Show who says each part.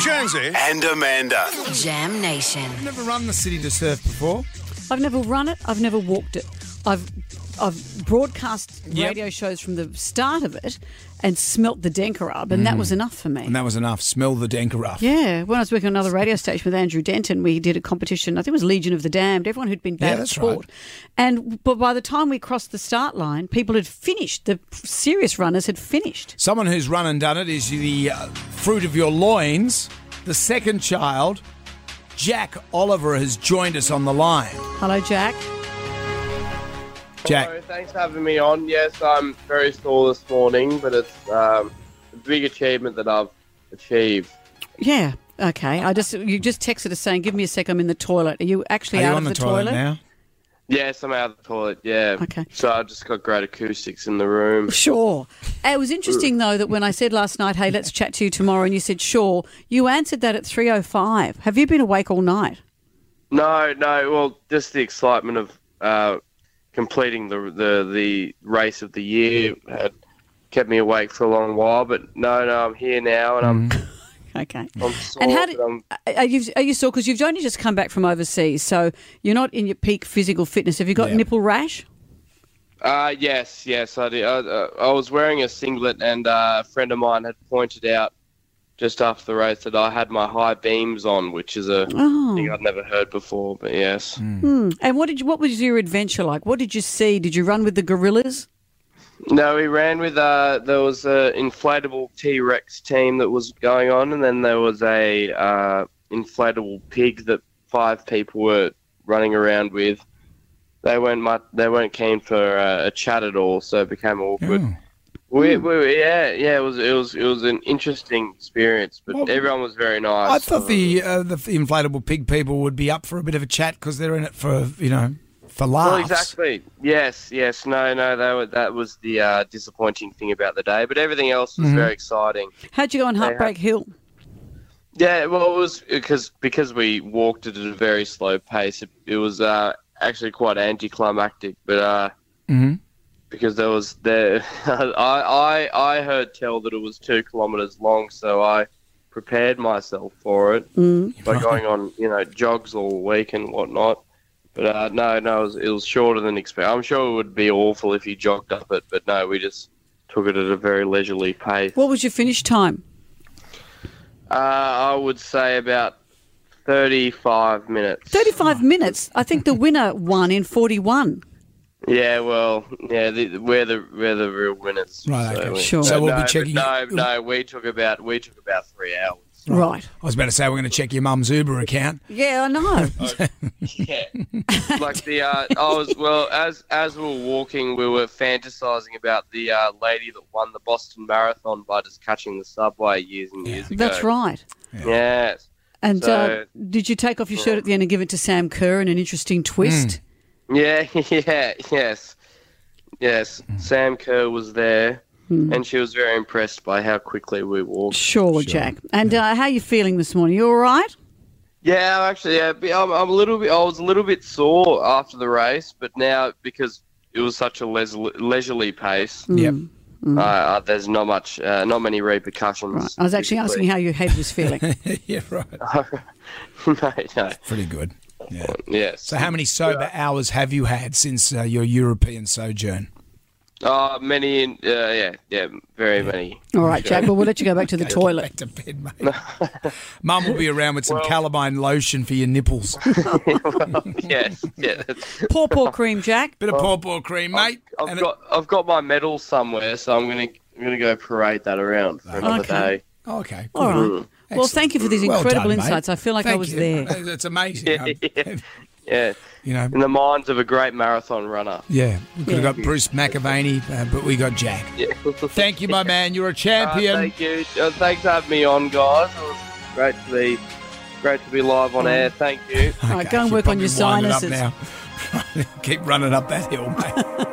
Speaker 1: Jonesy.
Speaker 2: and Amanda.
Speaker 3: Jam Nation.
Speaker 4: Never run the city to surf before.
Speaker 5: I've never run it. I've never walked it. I've I've broadcast radio shows from the start of it and smelt the denker up, and that was enough for me.
Speaker 4: Mm. And that was enough. Smell the denker up.
Speaker 5: yeah, when I was working on another radio station with Andrew Denton, we did a competition. I think it was Legion of the Damned. Everyone who'd been bad
Speaker 4: Yeah,
Speaker 5: at
Speaker 4: that's
Speaker 5: sport, and but by the time we crossed the start line, people had finished. The serious runners had finished.
Speaker 4: Someone who's run and done it is the uh, fruit of your loins, the second child. Jack Oliver has joined us on the line.
Speaker 5: Hello, Jack.
Speaker 4: Jack,
Speaker 6: Hello, thanks for having me on. Yes, I'm very sore this morning, but it's um, a big achievement that I've achieved.
Speaker 5: Yeah. Okay. I just you just texted us saying, "Give me a sec. I'm in the toilet." Are you actually
Speaker 4: are you
Speaker 5: out
Speaker 4: on
Speaker 5: of
Speaker 4: the,
Speaker 5: the
Speaker 4: toilet, now?
Speaker 6: Yes, I'm out of the toilet, yeah.
Speaker 5: Okay.
Speaker 6: So I just got great acoustics in the room.
Speaker 5: Sure. It was interesting though that when I said last night, "Hey, let's chat to you tomorrow," and you said, "Sure," you answered that at three o five. Have you been awake all night?
Speaker 6: No, no, well, just the excitement of uh, completing the, the, the race of the year had kept me awake for a long while, but no, no, I'm here now and I'm,
Speaker 5: Okay.
Speaker 6: I'm
Speaker 5: Mm-hmm.
Speaker 6: sore.
Speaker 5: And how did,
Speaker 6: but I'm,
Speaker 5: are you are you sore? Because you've only just come back from overseas, so you're not in your peak physical fitness. Have you got
Speaker 4: Yeah.
Speaker 5: nipple rash?
Speaker 6: Uh, yes, yes, I did. I, uh, I was wearing a singlet, and uh, a friend of mine had pointed out just after the race that I had my high beams on, which is a thing I've never heard before. But yes,
Speaker 5: Oh. Mm. Hmm. And what did you, what was your adventure like? What did you see? Did you run with the gorillas?
Speaker 6: no, we ran with uh, there was a inflatable T Rex team that was going on, and then there was a uh, inflatable pig that five people were running around with. They weren't much, they weren't keen for uh, a chat at all, so it became awkward.
Speaker 4: Oh.
Speaker 6: We, we, yeah, yeah, it was it was it was an interesting experience, but
Speaker 4: Well,
Speaker 6: everyone was very nice.
Speaker 4: I thought the uh, the inflatable pig people would be up for a bit of a chat because they're in it for you know for laughs.
Speaker 6: well, exactly. Yes, yes, no, no, that was, that was the uh, disappointing thing about the day, but everything else
Speaker 4: Mm-hmm.
Speaker 6: was very exciting.
Speaker 5: How'd you go on Heartbreak Hill?
Speaker 6: Yeah, well, it was because because we walked it at a very slow pace. It, it was uh, actually quite anticlimactic, but uh,
Speaker 4: Mhm.
Speaker 6: because there was there, I, I I heard tell that it was two kilometers long, so I prepared myself for it
Speaker 5: Hmm.
Speaker 6: by going on you know jogs all week and whatnot. But uh, no, no, it was, it was shorter than expected. I'm sure it would be awful if you jogged up it, but no, we just took it at a very leisurely pace.
Speaker 5: What was your finish time?
Speaker 6: Uh, I would say about 35 minutes.
Speaker 5: Thirty-five minutes. I think the winner won in forty-one.
Speaker 6: Yeah, well, yeah, the, we're the we're the real winners.
Speaker 4: Right, okay.
Speaker 6: we-
Speaker 5: Sure.
Speaker 4: So
Speaker 6: but
Speaker 4: we'll be
Speaker 6: no, but
Speaker 4: checking-
Speaker 6: No, no, we took about we took about three hours.
Speaker 5: Right.
Speaker 4: I was about to say we're going to check your mum's Uber account.
Speaker 5: Yeah, I know.
Speaker 6: Yeah, like the uh, I was well as as we were walking, we were fantasizing about the uh, lady that won the Boston Marathon by just catching the subway years and years ago.
Speaker 5: That's right.
Speaker 6: Yes.
Speaker 5: And uh,
Speaker 6: So-
Speaker 5: did you take off your shirt at the end and give it to Sam Kerr in an interesting
Speaker 4: Mm.
Speaker 5: twist?
Speaker 6: Yeah, yeah, yes. Yes,
Speaker 5: Mm.
Speaker 6: Sam Kerr was there,
Speaker 5: Hmm.
Speaker 6: and she was very impressed by how quickly we walked.
Speaker 5: Sure, Jack. And uh, how are you feeling this morning? You all right?
Speaker 6: Yeah, I'm actually, yeah, be- I'm, I'm a little bit. I was a little bit sore after the race, but now because it was such a les- leisurely pace,
Speaker 4: Yep. Mm-hmm.
Speaker 6: uh, uh, there's not much, uh, not many repercussions.
Speaker 5: Right. I was actually asking how your head was feeling.
Speaker 4: yeah, right.
Speaker 6: no, no.
Speaker 4: Pretty good. Yeah.
Speaker 6: Yes.
Speaker 4: So how many sober hours have you had since uh, your European sojourn?
Speaker 6: Oh, many. In, uh, yeah, yeah, very many.
Speaker 5: all right, Jack. Well, we'll let you go back to the toilet.
Speaker 4: Back to bed, mate. Mum will be around with some calamine lotion for your nipples.
Speaker 6: yes, yeah. that's-
Speaker 5: Paw paw cream, Jack.
Speaker 4: Bit of paw paw cream, mate.
Speaker 6: I've
Speaker 4: and it-
Speaker 6: got, I've got my medal somewhere, so I'm gonna, I'm gonna go parade that around for another
Speaker 5: Okay.
Speaker 6: day.
Speaker 4: okay.
Speaker 5: All right.
Speaker 4: good.
Speaker 5: Well, thank you for these
Speaker 4: Well
Speaker 5: incredible
Speaker 4: done, mate.
Speaker 5: insights. I feel like I
Speaker 4: Thank
Speaker 5: was
Speaker 4: you.
Speaker 5: there.
Speaker 4: It's amazing. Um,
Speaker 6: Yeah,
Speaker 4: you know,
Speaker 6: in the minds of a great marathon runner.
Speaker 4: yeah. We could have
Speaker 5: Yeah.
Speaker 4: got Bruce McAvaney, uh, but we got Jack. Thank you, my man. You're a champion.
Speaker 6: Uh, thank you. Uh, thanks for having me on, guys. It was great to be great to be live
Speaker 4: Mm.
Speaker 6: on air. Thank you.
Speaker 5: All right, go and
Speaker 4: you're
Speaker 5: work on your
Speaker 4: probably winding up
Speaker 5: sinuses.
Speaker 4: now. Keep running up that hill, mate.